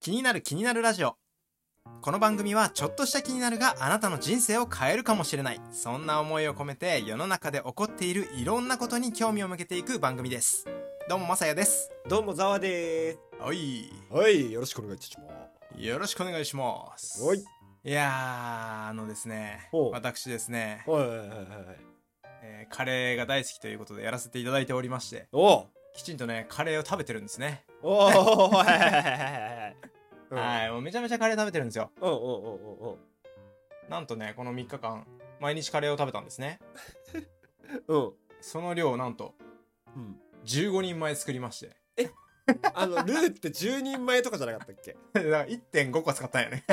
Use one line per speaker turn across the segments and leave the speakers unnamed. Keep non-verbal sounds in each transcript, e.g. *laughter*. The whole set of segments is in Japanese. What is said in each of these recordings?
気になる気になるラジオ。この番組はちょっとした気になるがあなたの人生を変えるかもしれない。そんな思いを込めて世の中で起こっているいろんなことに興味を向けていく番組です。どうもまさやです。
どうもざわで
はい。
す。はい、よろしくお願いいたしま
よろしくお願いします。
はい。
いやー、あのですね
ほ、う
私ですね、
はいはいはいはい。
えーカレーが大好きということでやらせていただいておりまして、
お
きちんとね、カレーを食べてるんですね。
おおおはいはいはいはい
はい、もうめちゃめちゃカレー食べてるんですよ。
うんうんうんうん
なんとね、この3日間、毎日カレーを食べたんですね。
うん。
その量、なんと、
うん。
15人前作りまして。
あの、ルーって10人前とかじゃなかったっけ
*laughs* だから1.5個使ったんよ *laughs* ね。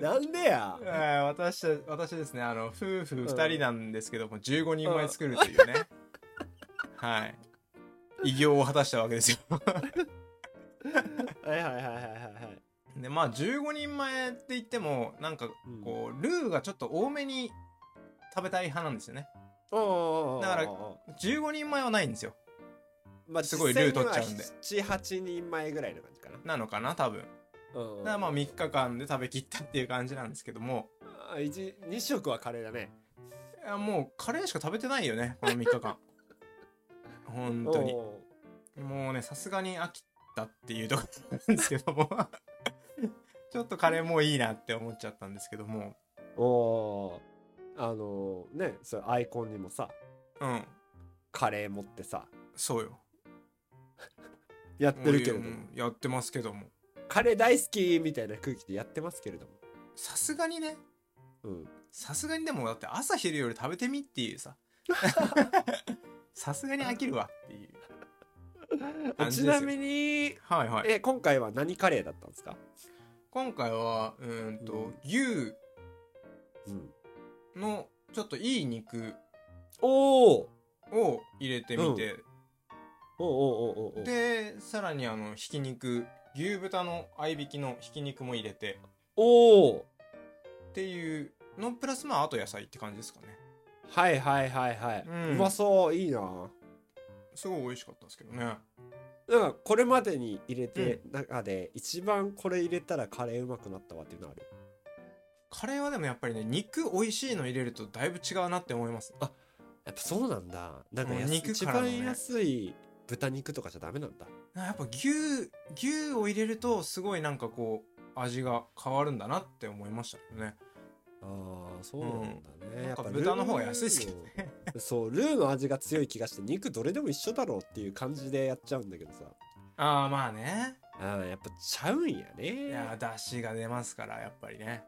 なんでや
えー私た、私ですね、あの、夫婦2人なんですけども、15人前作るというね。はい。偉業を果たしたわけですよ。
はいはいはいはいはいはい。
で、まあ、15人前って言っても、なんか、
うん
こう、ルーがちょっと多めに食べたい派なんですよね。
おおおお
だから15人前はないんですよ。
まあ、
すごいルー取っちゃうんで
7、8人前ぐらいの感じかな。
なのかな、多分。
うん
だ
うん
からまあ、3日間で食べきったっていう感じなんですけども、
あ、一2食はカレーだね。
いやもう、カレーしか食べてないよね、この3日
*laughs*
間。本当に。
お
もうね、さすがに飽きたっていうところなんですけども、 *laughs* ちょっとカレーもういいなって思っちゃったんですけども、
ーおーあのー、ね、それアイコンにもさ、
うん、
カレー持ってさ、
そうよ。
やってるけれど
う
も。
んやってますけども。
カレー大好きみたいな空気でやってますけれども。
さすがにね、
うん。
さすがにでもだって朝昼より食べてみっていう
*laughs*
さ、さすがに飽きるわっていう。感じ
ち
ですよ
なみに、
はいはい。
え、今回は何カレーだったんですか
今回は、うーんと、
うん
牛
うん。
のちょっといい肉
おお
を入れてみて、
おおおおお
で、さらにあの、ひき肉、牛豚の合いびきのひき肉も入れて、
おお
っていうのプラスまああと野菜って感じですかね
はいはいはいはい。
うん
うまそう、いいな。
すごい美味しかったですけどね
なんかこれまでに入れて中で一番これ入れたらカレーうまくなったわっていうのある
カレーはでもやっぱりね肉美味しいの入れるとだいぶ違うなって思います
やっぱそうなんだなんか
うん
安い
肉
一
からのね
番安い豚肉とかじゃダメなんだ
やっぱ牛牛を入れるとすごいなんかこう味が変わるんだなって思いましたけどね
あーそうなんだね、
な
や
ん
っ
か
ぱ
豚の方が安いですけど
ルー
ね
のそうルーの味が強い気がして肉どれでも一緒だろうっていう感じでやっちゃうんだけどさ
ああまあね
あーやっぱちゃうんや
い
ね
やだしが出ますからやっぱりね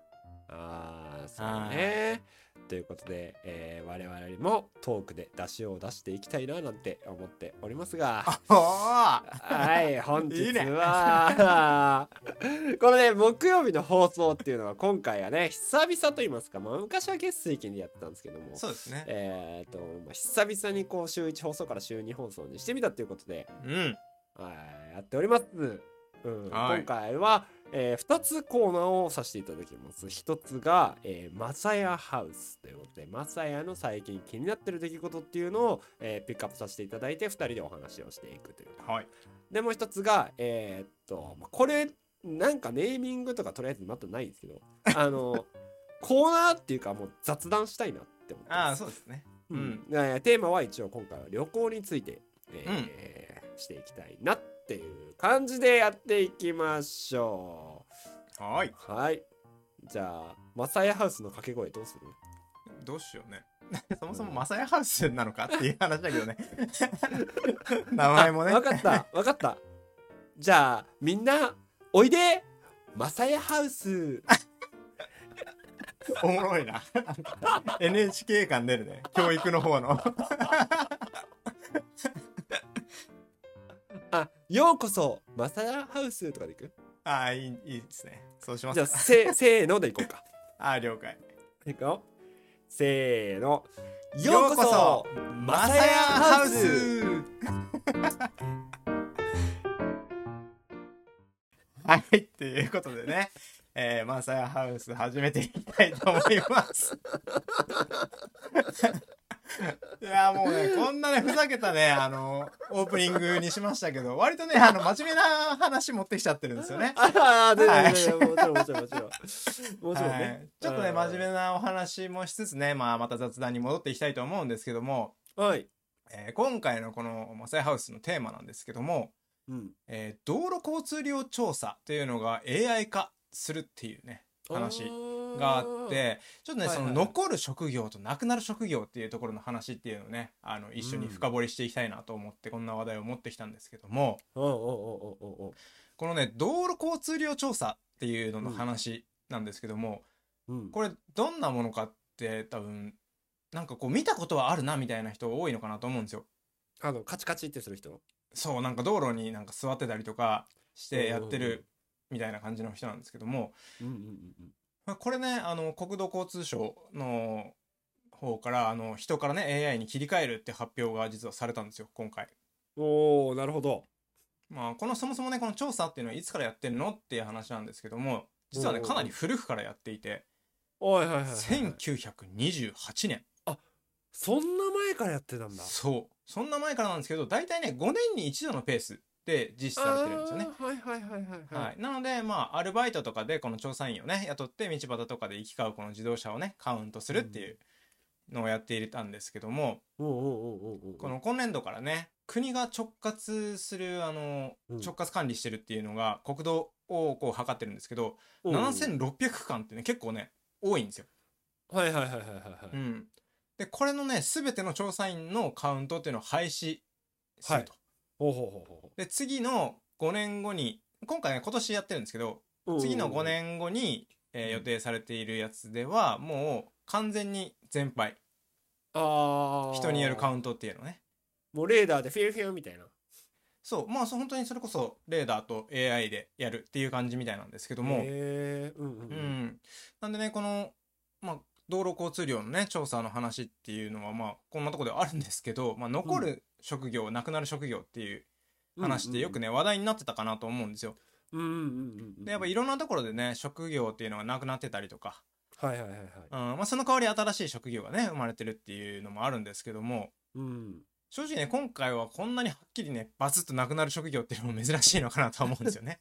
ああそうねということで、えー我々もトークで出汁を出していきたいななんて思っておりますが
あ
はい、本
*laughs* いい
日
ね
は *laughs* このね、木曜日の放送っていうのは今回はね、久々と言いますか、まあ昔は月水金でやってたんですけども、
そうですね
えっ、と、まあ、久々にこう週1放送から週2放送にしてみたということで、
うん
はい、やっております。うん、
はい
今回は、え2つコーナーをさせていただきます。1つが、えーマサヤハウスということで、マサヤの最近気になってる出来事っていうのを、えーピックアップさせていただいて、2人でお話をしていくという。
はい
で、もう一つが、えーっと、まあこれ、なんかネーミングとかとりあえずまたないんですけど、
*laughs*
あの、コーナーっていうかもう雑談したいなって思って
あ
ま
あ
す。
そうですね
うん
うん
えーテーマは一応今回は旅行について、えーしていきたいなっていう感じでやっていきましょ。
はいう
はい。じゃあ、マサヤハウスの掛け声どうする
どうしようね。 *laughs* そもそもマサヤハウスなのかっていう話だけど *laughs* ね。名前もね。
わかった、わかった。じゃあ、みんな、おいでマサヤハウス
おもろい *laughs* な。NHK 感出るね。教育の方の。
あ、ようこそ、マサヤハウスとかで行く
ああ、いい、いいですね。そうしま
じゃあ、
す。
せ、 *laughs* せーので行こうか。
ああ、了解。
いくよ。せーの。
ようこそ
マサヤハウス
*laughs* はい、っていうことでね。えー、マサヤハウス始めていきたいと思います。 *laughs* いやもうねこんなねふざけたねあのオープニングにしましたけど割とねあの真面目な話持ってきちゃってるんですよね。
ああ、で、
はい
で、で、もちろん、もちろん、もちろん。もちろん
は
ね
い。ちょっとね
うん
真面目なお話もしつつね、まあ、また雑談に戻っていきたいと思うんですけども、
はい。
えー今回のこの「マサイハウス」のテーマなんですけども、
うん。
えー道路交通量調査というのが AI 化するっていうね話があっ。てちょっとね、
はいはい
その残る職業となくなる職業っていうところの話っていうのをねあの一緒に深掘りしていきたいなと思ってこんな話題を持ってきたんですけども
おうおうおうおうおう
このね道路交通量調査っていうのの話なんですけども、
おう。うん。
これどんなものかって多分なんかこう見たことはあるなみたいな人多いのかなと思うんですよ。
あの、カチカチってする人。
そうなんか道路になんか座ってたりとかしてやって
うんうんうん
るみたいな感じの人なんですけども
うんうんうんうん。
まあこれねあの国土交通省の方からあの人からね AI に切り替えるって発表が実はされたんですよ今回。
おお、なるほど。
まあこのそもそもねこの調査っていうのはいつからやってるのっていう話なんですけども実はね
おうおう
かなり古くからやっていて
はいはいはいはい。
1928年
そんな前からやってたんだ。
そうそんな前からなんですけど大体ね5年に一度のペースで実施されてるんですよね。
あーはいはいはいはい
は、
はい
なので、まあ、アルバイトとかでこの調査員をね雇って道端とかで行き交うこの自動車をねカウントするっていうのをやっていたんですけども、
おうおうおうおうおう
この今年度からね国が直轄するあの
うん
直轄管理してるっていうのが国道をこう測ってるんですけど、
おうおう
7600区間ってね結構ね多いんですよ。
はいはいはいはいは
う
い
ん、でこれのね全ての調査員のカウントっていうのを廃止すると。
ほうほうほうほ
で次の5年後に今回ね今年やってるんですけど
うおう
次の5年後に、えー
うん
予定されているやつではもう完全に全廃
あー
人によるカウントっていうのね
もうレーダーでフィューフィューみたいな
そうまあそう本当にそれこそレーダーと AI でやるっていう感じみたいなんですけども、
へーうんうんう
うんんなんでねこの、まあ、道路交通量のね調査の話っていうのはまあこんなとこではあるんですけど、まあ、残る職業、なくなる職業っていう話ってよく
ね
ね、話題になってたかなと思うんですよ
うんうんうんうん
でやっぱいろんなところでね職業っていうのがなくなってたりとか
はいはいはいはい
うんまあ、その代わり新しい職業がね生まれてるっていうのもあるんですけども
うん
正直ね今回はこんなにはっきりねバツッとなくなる職業っていうのも珍しいのかなとは思うんですよ
*laughs*
ね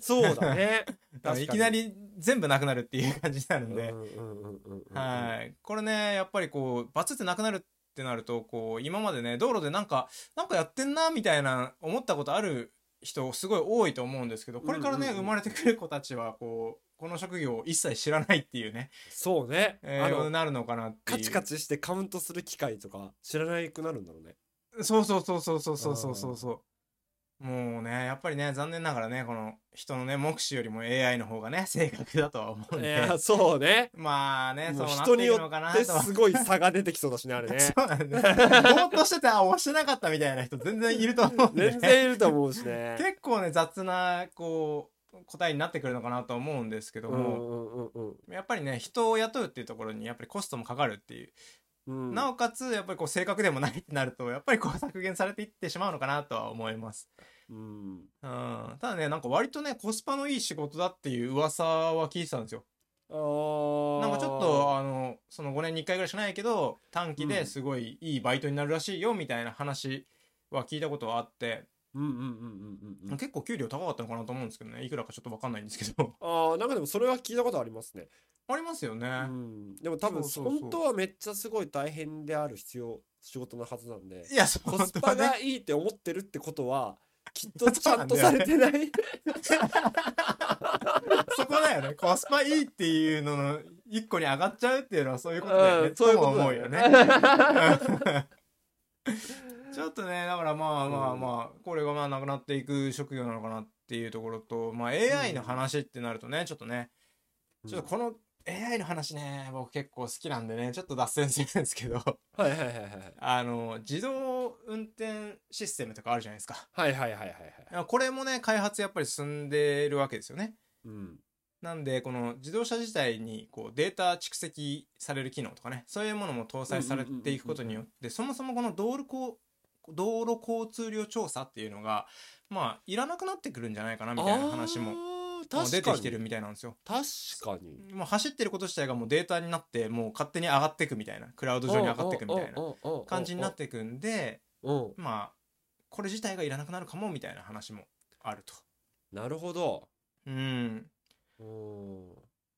そうだね
*laughs* あのいきなり全部なくなるっていう感じになる
うんんうん
で、
うんうんうん
はいこれねやっぱりこうバツってなくなるってなるとこう今までね道路でなんかなんかやってんなみたいな思ったことある人すごい多いと思うんですけどこれからね、
うんうんうん
生まれてくる子たちはこうこの職業を一切知らないっていうね、
そうね
えー
あの
なるのかなってい
カ
う
チカチしてカウントする機械とか知らなくなるんだろうね
そうそうそうそうそうそうそうそうそう。もうね、やっぱりね、残念ながらね、この人のね、目視よりも AI の方がね、正確だとは思うん
い
で。*laughs*
やそうね
まあね、そ
も
うな
う
っ
人
て
に
いく
よ
のかな
って
とは。
すごい差が出てきそうだしねあれね
*laughs* そうなんです。ぼーっとしてて、あ、押してなかったみたいな人全然いると思うんで、
全然いると思うしね
*laughs* 結構ね、雑な、こう、答えになってくるのかなと思うんですけど
うんう
も、
んうんうん
やっぱりね、人を雇うっていうところに、やっぱりコストもかかるっていう。
うん
なおかつ、やっぱりこう、正確でもないってなると、やっぱりこう、削減されていってしまうのかなとは思います。
うん
うん、ただねなんか割とねコスパのいい仕事だっていう噂は聞いてたんですよ
あー
なんかちょっとあのその5年に1回ぐらいしかないけど短期
う
で
ん
すごいいいバイトになるらしいよみたいな話は聞いたことはあって、
うんうんうんうんうんうん
結構給料高かったのかなと思うんですけどねいくらかちょっと分かんないんですけど *laughs*
ああなんかでもそれは聞いたことありますね、
ありますよね、
うん、でも多分
そうそうそう
本当はめっちゃすごい大変である必要仕事のはずなんで
いやそう
コ
本
ス
当
パ
はね
がいいって思ってるってことは
*laughs*
きっとちゃんとされてない
そこだよねコスパいいっていうのの一個に上がっちゃうっていうのはそういうことだよね、
うんそういうこと
も思う
だ
よ
よ
ね
ね *laughs*
ちょっとねだからまあまあ
うん
まあこれがまあなくなっていく職業なのかなっていうところとまあ AI の話ってなるとねちょっとねちょっとこの AI の話ね僕結構好きなんでねちょっと脱線するんですけど *laughs*
はいはいはいはいはい
あの自動運転システムとかあるじゃないですか
はいはいはいはいはい
これもね開発やっぱり進んでるわけですよね
うん
なんでこの自動車自体にこうデータ蓄積される機能とかねそういうものも搭載されていくことによってそもそもこの道路交道路交通量調査っていうのがまあいらなくなってくるんじゃないかなみたいな話も
あー
もう出
確
て
か
きてる
に
みたいなんですよ
確かに
もう走ってること自体がもうデータになってもう勝手に上がっていくみたいなクラウド上に上がっていくみたいな
な
感じになっていくんで
うん
まあこれ自体がいらなくなるかもみたいな話もあると。
なるほど
うん
うん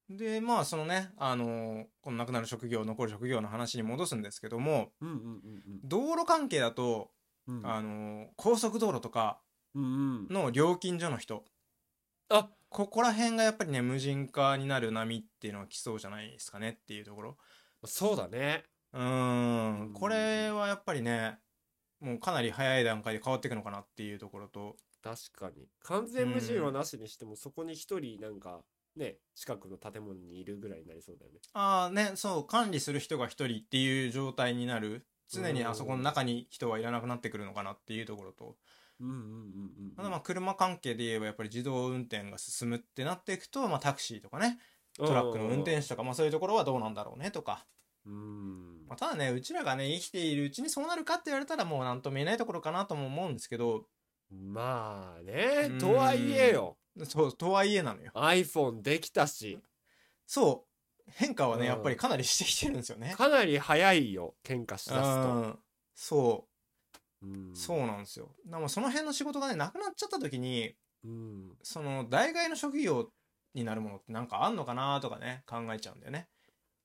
でまあそのねあのこのなくなる職業残る職業の話に戻すんですけども
うんうん
道路関係だと、
うんうん
あの高速道路とか
うんうん
の料金所の人
あ
ここら辺がやっぱりね無人化になる波っていうのは来そうじゃないですかねっていうところ
そうだね
うー
うん
んこれはやっぱりねもうかなり早い段階で変わっていくのかなっていうところと
確かに完全無人
う
は
ん
なしにしてもそこに一人なんかね近くの建物にいるぐらいになりそうだよね
ああねそう管理する人が一人っていう状態になる常にあそこの中に人はいらなくなってくるのかなっていうところと
うんうんうんうんうん
ただまあ車関係で言えばやっぱり自動運転が進むってなっていくと、まあ、タクシーとかねトラックの運転手とか、まあ、そういうところはどうなんだろうねとか、
うん
まあ、ただねうちらがね生きているうちにそうなるかって言われたらもう何とも言えないところかなとも思うんですけど
まあね
うん
とはいえよ
そうとはいえなのよ
iPhone できたし
そう変化はね、
うん
やっぱりかなりしてきてるんですよね。
かなり早いよ喧嘩し
う
だすと
んそ
うん
うそうなんですよ。だからその辺の仕事がねなくなっちゃった時に
うん
その代替の職業になるものってなんかあんのかなとかね考えちゃうんだよね。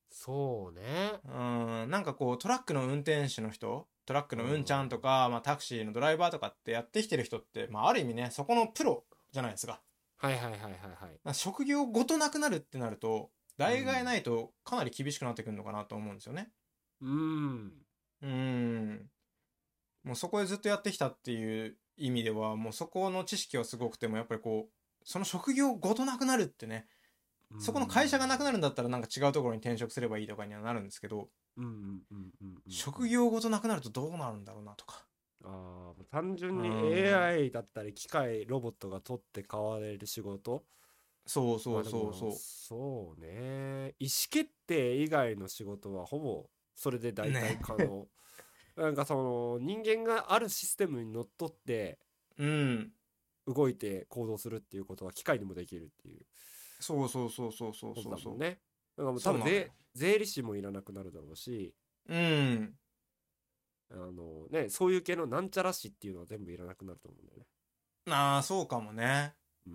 そうね
うんなんかこうトラックの運転手の人トラックのうんちゃんとか、まあ、タクシーのドライバーとかってやってきてる人って、まあ、ある意味ねそこのプロじゃないですか。
はいはいはいはいは
な
い
んか職業ごとなくなるってなると代替ないとかなり厳しくなってくるのかなと思うんですよね。
うん
うーん。もうそこでずっとやってきたっていう意味では、もうそこの知識はすごくても、やっぱりこう、その職業ごとなくなるってね、そこの会社がなくなるんだったらなんか違うところに転職すればいいとかにはなるんですけど、
うんうんうんうんうん
職業ごとなくなるとどうなるんだろうなとか。
あー単純に
うん
AI だったり機械ロボットが取って代われる仕事
そうそ
まあ
う
で
そ
も
うそう。
そうね意思決定以外の仕事はほぼそれで大体
ね
可能、 *laughs* なんかその人間があるシステムにのっとって
うん。
動いて行動するっていうことは機械にもできるっていう
そうそうそうそうそう
こと
そうそ
だもん
う。
ねだからもう
そ
多
うな
分
のよ
税税理士もいらなくなるだろうし
うん。
あのねそういう系のなんちゃら士っていうのは全部いらなくなると思うんだよね
ああ、そうかもね。
う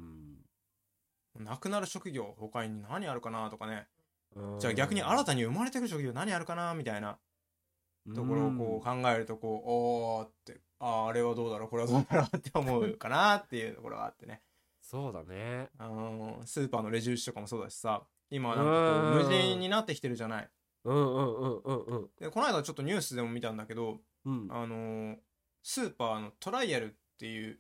ん
なくなる職業、他に何あるかなとかね。
うん
じゃあ逆に新たに生まれてくる職業何あるかなみたいな。ところをこう考えるとこう、おーって、あーあれはどうだろう、これはどうだろうって思うかなっていうところがあってね。
そうだね。
あのースーパーのレジ打ちとかもそうだしさ、今はなんかこ
う
うん無人になってきてるじゃない。
うんうんうんうんうん。
で、この間ちょっとニュースでも見たんだけど、
うん
あのースーパーのトライアルっていう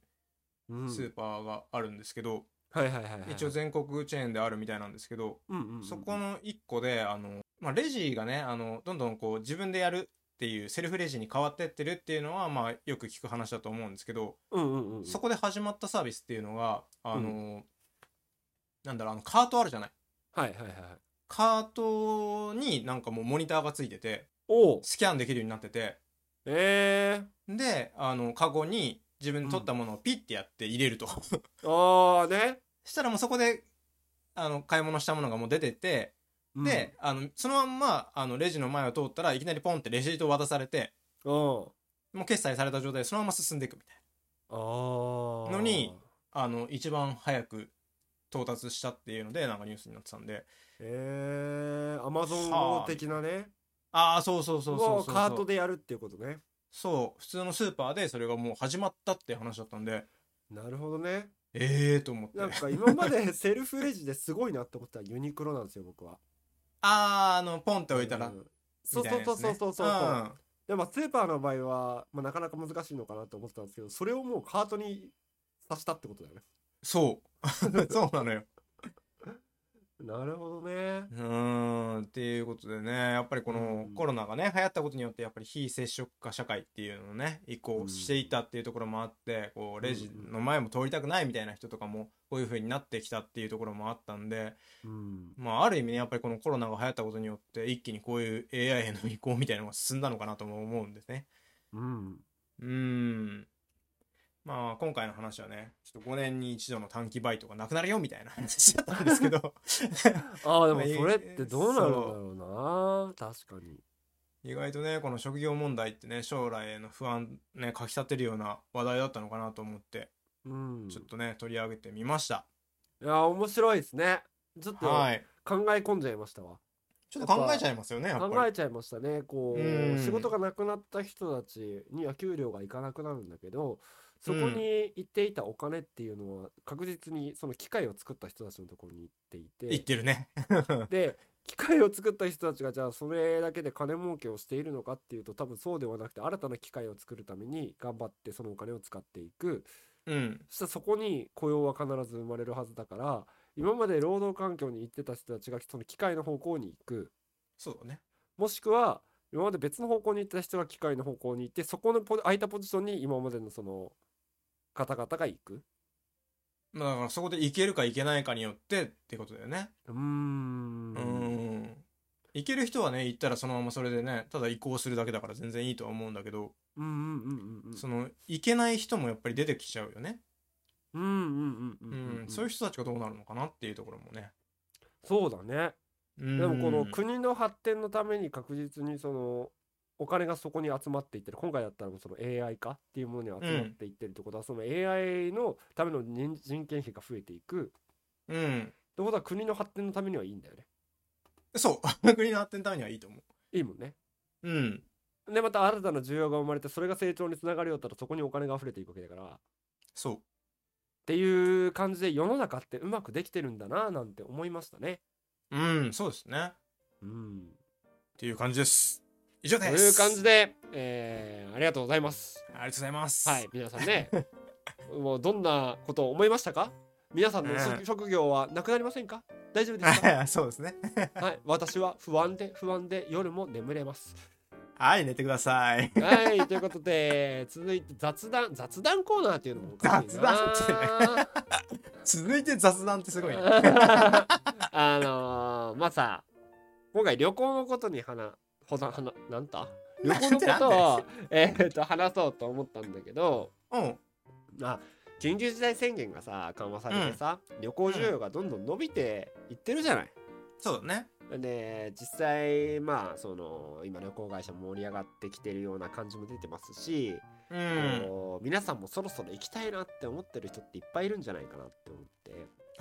うん
スーパーがあるんですけど、
はいはいはいはい。
一応全国チェーンであるみたいなんですけど、
うんうんうん
そこの1個で、あのまあ、レジがね、あのどんどんこう自分でやるっていうセルフレジに変わってってるっていうのは、まあ、よく聞く話だと思うんですけど、
うんうんうん。
そ
こ。
こで始まったサービスっていうのが、あのーなんだろう、あの、カートあるじゃない。
はいはいはい。
カートになんかもうモニターがついてて、
おう。
スキャンできるようになってて、
え
で、あの、カゴに自分で取ったものをピッてやって入れると。
えー。ああね。
*laughs* したらもうそこで、あの、買い物したものがもう出てて、で、あの、そのまんま、あの、レジの前を通ったらいきなりポンってレシートを渡されて、
うん、うん。
もう決済された状態でそのまま進んでいくみたい
ああ。
のに、な。あの、一番早く到達したっていうので、なんかニュースになってたんで、
ええー、アマゾン
はあ
的なね。
ああ、そうそうそうそうそうそう。
をカートでやるっていうことね。
そう、普通のスーパーでそれがもう始まったって話だったんで、
なるほどね。
ええーと思って。
なん
あ
か今まで *laughs* セルフレジですごいなって思ったらユニクロなんですよ、僕は。
あー、あの、ポンって置いたら、
う
み
んそう
たいな
そう
やつ
そう
ね
そうそうそう。
ん
でもスーパーの場合は、まあ、なかなか難しいのかなと思ってたんですけどそれをもうカートにさしたってことだよね。
そう。 *laughs* そうなのよ。
なるほどね
う。ーん、っていうことでね、やっぱりこの
うん
コロナがね、流行ったことによって、やっぱり非接触化社会っていうのをね、移行していったっていうところもあって、こう、レジの前も通りたくないみたいな人とかも、こういう風になってきたっていうところもあったんで、
うん、
まあ、ある意味ね、やっぱりこのコロナが流行ったことによって、一気にこういう AI への移行みたいなのが進んだのかなとも思うんですね。
うん、
うーん。まあ今回の話はねちょっと5年に一度の短期バイトがなくなるよみたいな話だったんですけど
ああでも
まあい
それってどうなるんだろうな確かに
意外とねこの職業問題ってね将来への不安ねかきたてるような話題だったのかなと思って
うん
ちょっとね取り上げてみました、
いや面白いですねちょっと考
はい
え込んじゃいましたわ
ちょっと考えちゃいますよねやっ
考
ぱり
えちゃいましたねこう、
うん
仕事がなくなった人たちには給料がいかなくなるんだけどそこに行っていたお金っていうのは確実にその機械を作った人たちのところに行っていて
言ってるね
で機械を作った人たちがじゃあそれだけで金儲けをしているのかっていうと多分そうではなくて新たな機械を作るために頑張ってそのお金を使っていく
うん
そしたらそこに雇用は必ず生まれるはずだから今まで労働環境に行ってた人たちがその機械の方向に行く
そうだね
もしくは今まで別の方向に行ってた人が機械の方向に行ってそこのポ空いたポジションに今までのその方々が行く
まあだからそこでいけるかいけないかによってってことだよね
うーん
うんいける人はね行ったらそのままそれでねただ移行するだけだから全然いいとは思うんだけど、
うんうんうんうん
そのいけない人もやっぱり出てきちゃうよね、
うんうんうんう
う
んうんんうん
そういう人たちがどうなるのかなっていうところもね
そうだね
で
でもこの国の発展のために確実にそのお金がそこに集まっていってる今回だったらもうその AI 化っていうものに集まっていってるってことは、その AI のための人人件費が増えていく
うん
ってことは国の発展のためにはいいんだよね
そう *laughs* 国の発展のためにはいいと思
いいもんね
ううん
でまた新たな需要が生まれてそれが成長につながるようだったらそこにお金が溢れていくわけだからっ
そう
ていう感じで世の中ってうまくできてるんだななんて思いましたね
うんそうですね
うん
っていう感じです以上
と
です
いう感じ
で
で、えーありがとうございます
ありがとうございます
はい、皆さんね、 *laughs* もうどんなことを思いましたか皆さんの職,、
うん
職業はなくなりませんか大丈夫で
*laughs*
すか
そうですね
はい、私は不安で不安で夜も眠れます。
はい寝てください
はい、ということで、 *laughs* 続いて雑談、雑談コーナーっていうのもおかしいな
雑続いて雑談ってすごいね
*laughs* あのー、まあさ、今回旅行のことに話、ほな、はな、なんだ旅行のことを、えーっと、話そうと思ったんだけど、
うん
あ緊急事態宣言がさ緩和されてさ、旅行需要がどんどん伸びていってるじゃない。
そうだね
で実際まあその今旅行会社も盛り上がってきてるような感じも出てますし、
うん
こう皆さんもそろそろ行きたいなって思ってる人っていっぱいいるんじゃないかなって思って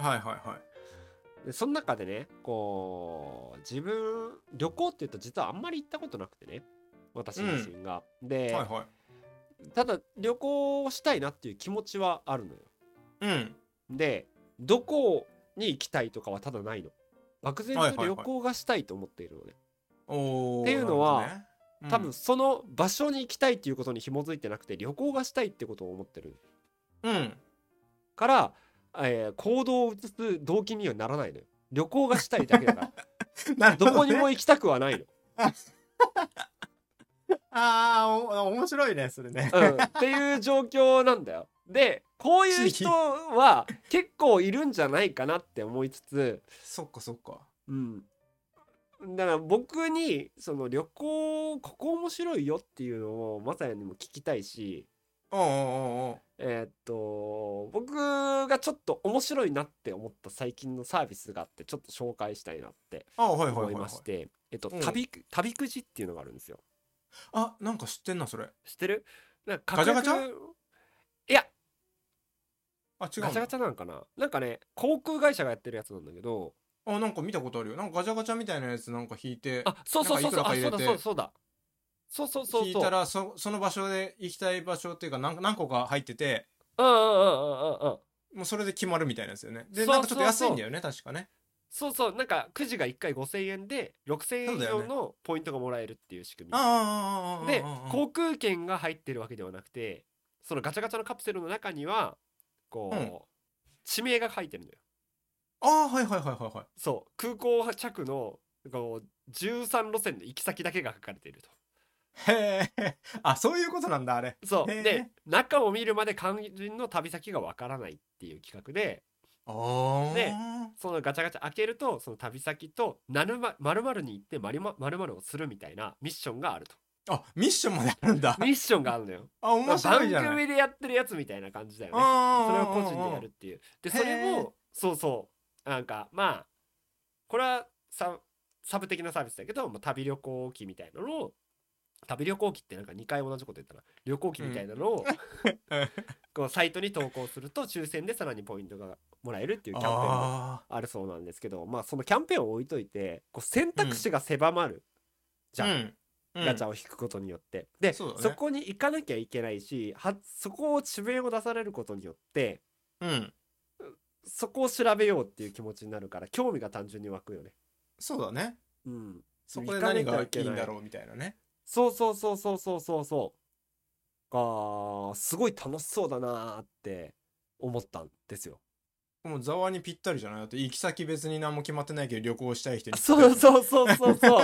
はいはいはい
でその中でねこう自分旅行って言うと実はあんまり行ったことなくてね私自身が。で、
はいはい
ただ旅行をしたいなっていう気持ちはあるのよ。
うん
でどこに行きたいとかはただないの漠然
はいはい
と
はい
旅行がしたいと思っているので、
おー
っていうの
な
は
るほどねうん
多分その場所に行きたいっていうことに紐づいてなくて旅行がしたいってことを思ってる
うん
から、えー行動を移す動機にはならないのよ旅行がしたいだけだから
*laughs* なるほ
ど
ど,、
こにも行きたくはないの、
ああ面白いねそれね
うん、っていう状況なんだよでこういう人は結構いるんじゃないかなって思いつつ
そっかそっか
うん、だから僕にその旅行ここ面白いよっていうのをまさやにも聞きたいし
おうおうおうおう
えーっと僕がちょっと面白いなって思った最近のサービスがあってちょっと紹介したいなって
ああはいはい
思
はいい、は
ま
い
し、てえっと
うん
旅く旅くじっていうのがあるんですよ
あなんか知ってんなそれ
知ってるなんか
ガチャガチャ
価格いや
あ違う
ガ
ん
チャ
だ
ガチャなんかななんかね航空会社がやってるやつなんだけど
あなんか見たことあるよなんかガチャガチャみたいなやつなんか引いて
あそうそうそうそ
な
う
んか
あ
いく
そ
ら
う
か
だ
入れて
そうだそうだそうそうそう
引い
そう
たらそその場所で行きたい場所っていうか何何個か入ってて
うんうんうんうんうんうん
もうそれで決まるみたいなやつだよねで
そう
なんかちょっと安いんだよね確かね
そうそうなんかくじが1回5,000円で6,000円以
そうだよ
上
ね
のポイントがもらえるっていう仕組
あ
み、
あああああああ
で
あ
航空券が入ってるわけではなくてそのガチャガチャのカプセルの中にはこう、
うん
地名が書いてるのよ
あーはいはいはいはいはい
そう空港着のこう13路線の行き先だけが書かれていると
へえ *laughs* あそういうことなんだあれ
そう
へえ
で中を見るまで肝心の旅先がわからないっていう企画で
ああ
でそのガチャガチャ開け
*laughs*
るとその旅先と〇〇〇〇に行って〇〇〇〇をするみたいなミッションがあると
あミッションまであるんだ
ミッションがあるのよ
あ面白いじゃな
番
い
組でやってるやつみたいな感じだよねそれ
れ
を個人でやるっていうでそれ
へー
もそうそうなんかまあこれはササブ的なサービスだけど、まあ、旅旅行機みたいなのを旅旅行機ってなんか2回同じこと言ったな旅行機みたいなの
*laughs*
を、こうサイトに投稿すると抽選でさらにポイントがもらえるっていうキャンペーンが
あ
あるそうなんですけどまあそのキャンペーンを置いといてこう選択肢が狭まるじ
ー
ゃん、
うん
ガチャ
うん
を引くことによってで
そうだね
そこに行かなきゃいけないしはそこを地名を出されることによって
うん
そこを調べようっていう気持ちになるから興味が単純に湧くよね。
そうだね
うん、
そこで何
行か
が
なきゃ
い
い
い
けない
んだろうみたいなね
そうそうそうそうそうそうそう。あーすごい楽しそうだなーって思ったんですよ。
もうざわにぴったりじゃないだって行き先別に何も決まってないけど旅行したい人に
あ *laughs* そうそうそうそ
*laughs*
うそ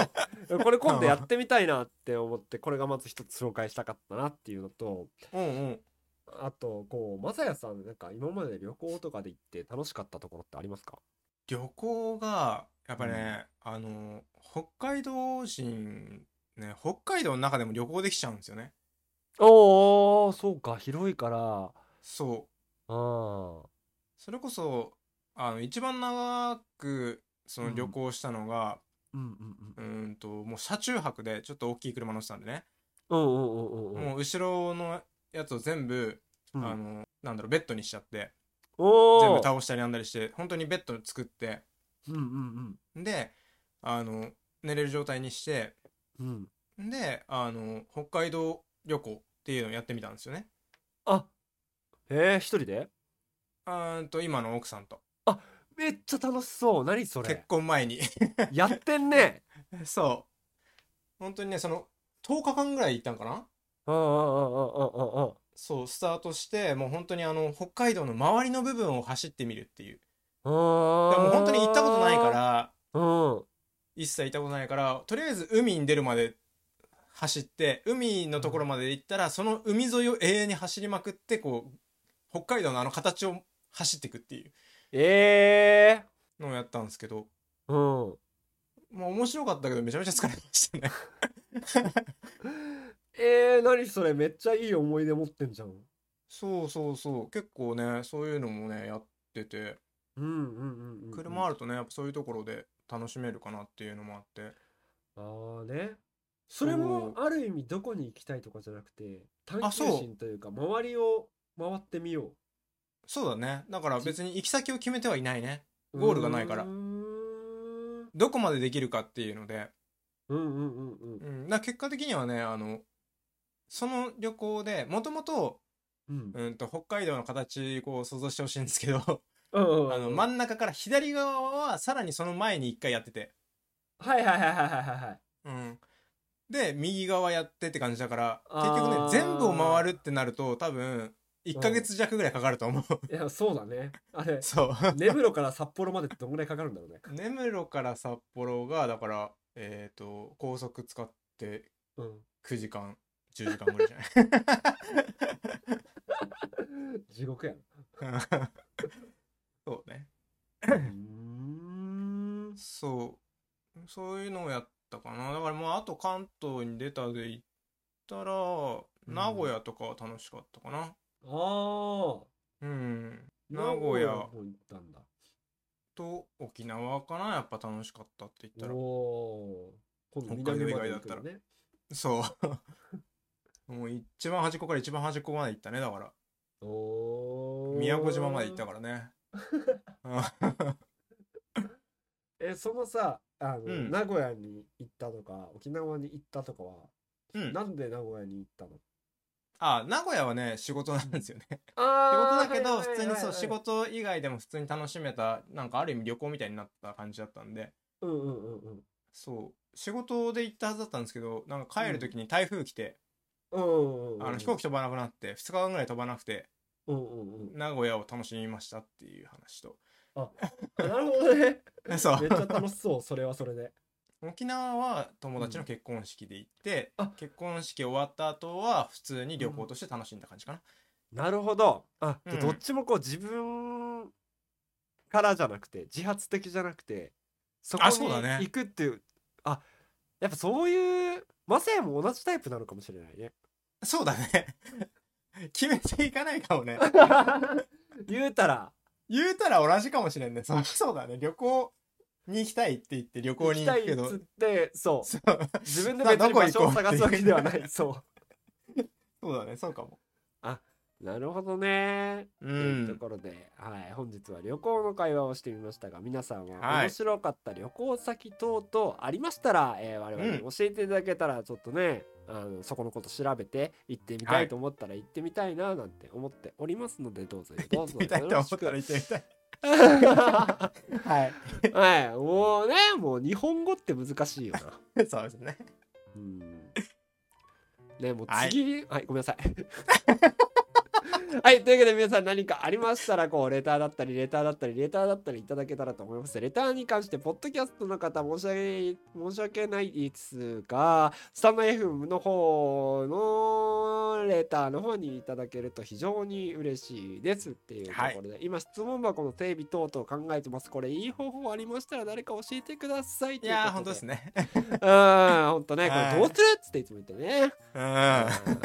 う。これ今度やってみたいなって思ってこれがまず一つ紹介したかったなっていうのと
うんうん
あとこうまさやさんなんか今まで旅行とかで行って楽しかったところってありますか
旅行がやっぱね、あの北海道人ね北海道の中でも旅行できちゃうんですよね
おーそうか広いから
そう
あ
それこそあの一番長くその旅行したのが、
うんうん
うーん、ともう車中泊でちょっと大きい車乗ってたんでね、
うんうんうんうんうん
もう後ろのやつを全部、
うん
あのなんだろうベッドにしちゃって
お
全部倒したりなんだりして本当にベッド作って
うんうん
であの寝れる状態にして
うんうん
であの北海道旅行っていうのをやってみたんですよね
あえー、一人で
あーんと今の奥さんと
めっちゃ楽しそう何そ
結
れ
婚前に *laughs*
*laughs* やってんね
そう本当にねその10日間ぐらい行ったんかな
うんうんうんうんうんうん
そうスタートしてもう本当にあの北海道の周りの部分を走ってみるっていう
う
で
ん
も本当に行ったことないから
うん
一切行ったことないからとりあえず海に出るまで走って海のところまで行ったらその海沿いを永遠に走りまくってこう北海道のあの形を走っていくっていう
ええ
のをやったんですけど
ー、うん
まあ面白かったけどめちゃめちゃ疲れました
*laughs*
ね
えー、何それめっちゃいい思い出持ってんじゃん
そうそうそう結構ねそういうのもねやってて
うんうんうんうん、うん、
車あるとねやっぱそういうところで楽しめるかなっていうのもあって
ああねそれもある意味どこに行きたいとかじゃなくて探
あそう
求心というか周りを回ってみよ
そうだねだから別に行き先を決めてはいないね
う
ゴールがないから
うーん
どこまでできるかっていうので、
うんうんうんうん
うん、だから結果的にはねあのその旅行でもともと
うん
うんと北海道の形こう想像してほしいんです
*laughs*
けど
うんうんうん
あの真ん中から左側はさらにその前に一回やってて、
はいはいはいはいはいはいはい
うん、で右側やってって感じだから結
あ
局
ー
ね全部を回るってなると多分1ヶ月弱ぐらいかかると思う
いやそうだねあ
*laughs*
れ
そう
根室から札幌までってどんぐらいかかるんだろうね
根室から札幌がだからえっ、と高速使って
う
9時間10時間ぐらいじゃない
ん地獄やな *laughs*
そうね
うーん
そうそういうのをやったかなだからまああと関東に出たで行ったら
ん
名古屋とかは楽しかったかな
あー
うん、名古屋
の方行ったんだ
と沖縄かなやっぱ楽しかったって言ったら
おー今
北
度
海道
南
以
ま
外
で
だ
行
っ
く
たら
のね
そうもう *laughs* 一番端っこから一番端っこまで行ったねだから
おー
宮古島まで行ったからねうん
えそのさあの、
うん
名古屋に行ったとか沖縄に行ったとかは、
うん
*laughs* なんで名古屋に行ったの
あ名古屋はね仕事なんですよね仕事
あ
だけど普通にそう仕事以外でも普通に楽しめたなんかある意味旅行みたいになった感じだったんで
うんうんうんうん
そう仕事で行ったはずだったんですけどなんか帰る時に台風来て、
うんうんうんうん
あの飛行機飛ばなくなって2日間ぐらい飛ばなくて
うんうんうん
名古屋を楽しみましたっていう話と
*laughs* あなるほど *laughs* ね
そ
めっちゃ
う
楽しそうそれはそれで
沖縄は友達の結婚式で行って、
うんあ
結婚式終わった後は普通に旅行として楽しんだ感じかな、
なるほどあ、
うん
どっちもこう自分からじゃなくて自発的じゃなくてそこ
あ
に
そうだね
行くっていうあやっぱそういうマサヤも同じタイプなのかもしれない *laughs* ね。
そうだ
*laughs*
ね決めていかないかもね
言うたら、
言うたら同じかもしれんねそうそうだね旅行に行きたいって言って旅行
行
に行
きた
く
い
け
っ
ど
つって、そう。
そう
自分で
さあ
別
ど
に
こ行
場
こ
所
う
を探すわけではな
って
い。そ
そうだねそうかも
う。なるほどね。
う
というと
ん
ころで、はい、本日は旅行の会話をしてみましたが皆さんは
はい
面白かった旅行先等々ありましたら、えー我々に教えていただけたらちょっとね、あのそこのこと調べて行ってみた
はいい
と思ったら行ってみたいななんて思っておりますのでどうぞど
行
う
って
ぞ
みたいと
よ
思
ろ
っ
した
ら
く
行ってみ
*laughs*
たい
はいもうねもう日本語って難しいよな。
そうですね
うんねもう
はい
次、はい、ごめんなさい。はい、というわけで皆さん何かありましたら、こう、レターだったり、レターだったり、レターだったりいただけたらと思います。レターに関して、ポッドキャストの方、申し訳ない、申し訳ないですが、スタンド FM の方のレターの方にいただけると非常に嬉しいですっていうところで、今、質問箱の整備等々考えてます。これ、いい方法ありましたら誰か教えてください
いやー
とう
本
こ
当
と
ですね
うん、ほんとね、こ
はい
れどうするっつっていつも言ってね。
う
う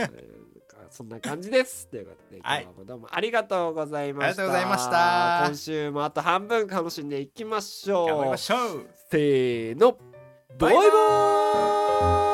ん
ん
そんな感じです。ということで、今
はい
日もどうもありがとうございました。
ありがとうございました
今週もあと半分楽しんでいきましょう。
頑張りましょう
せーの、バイバ
バイバ
ーイ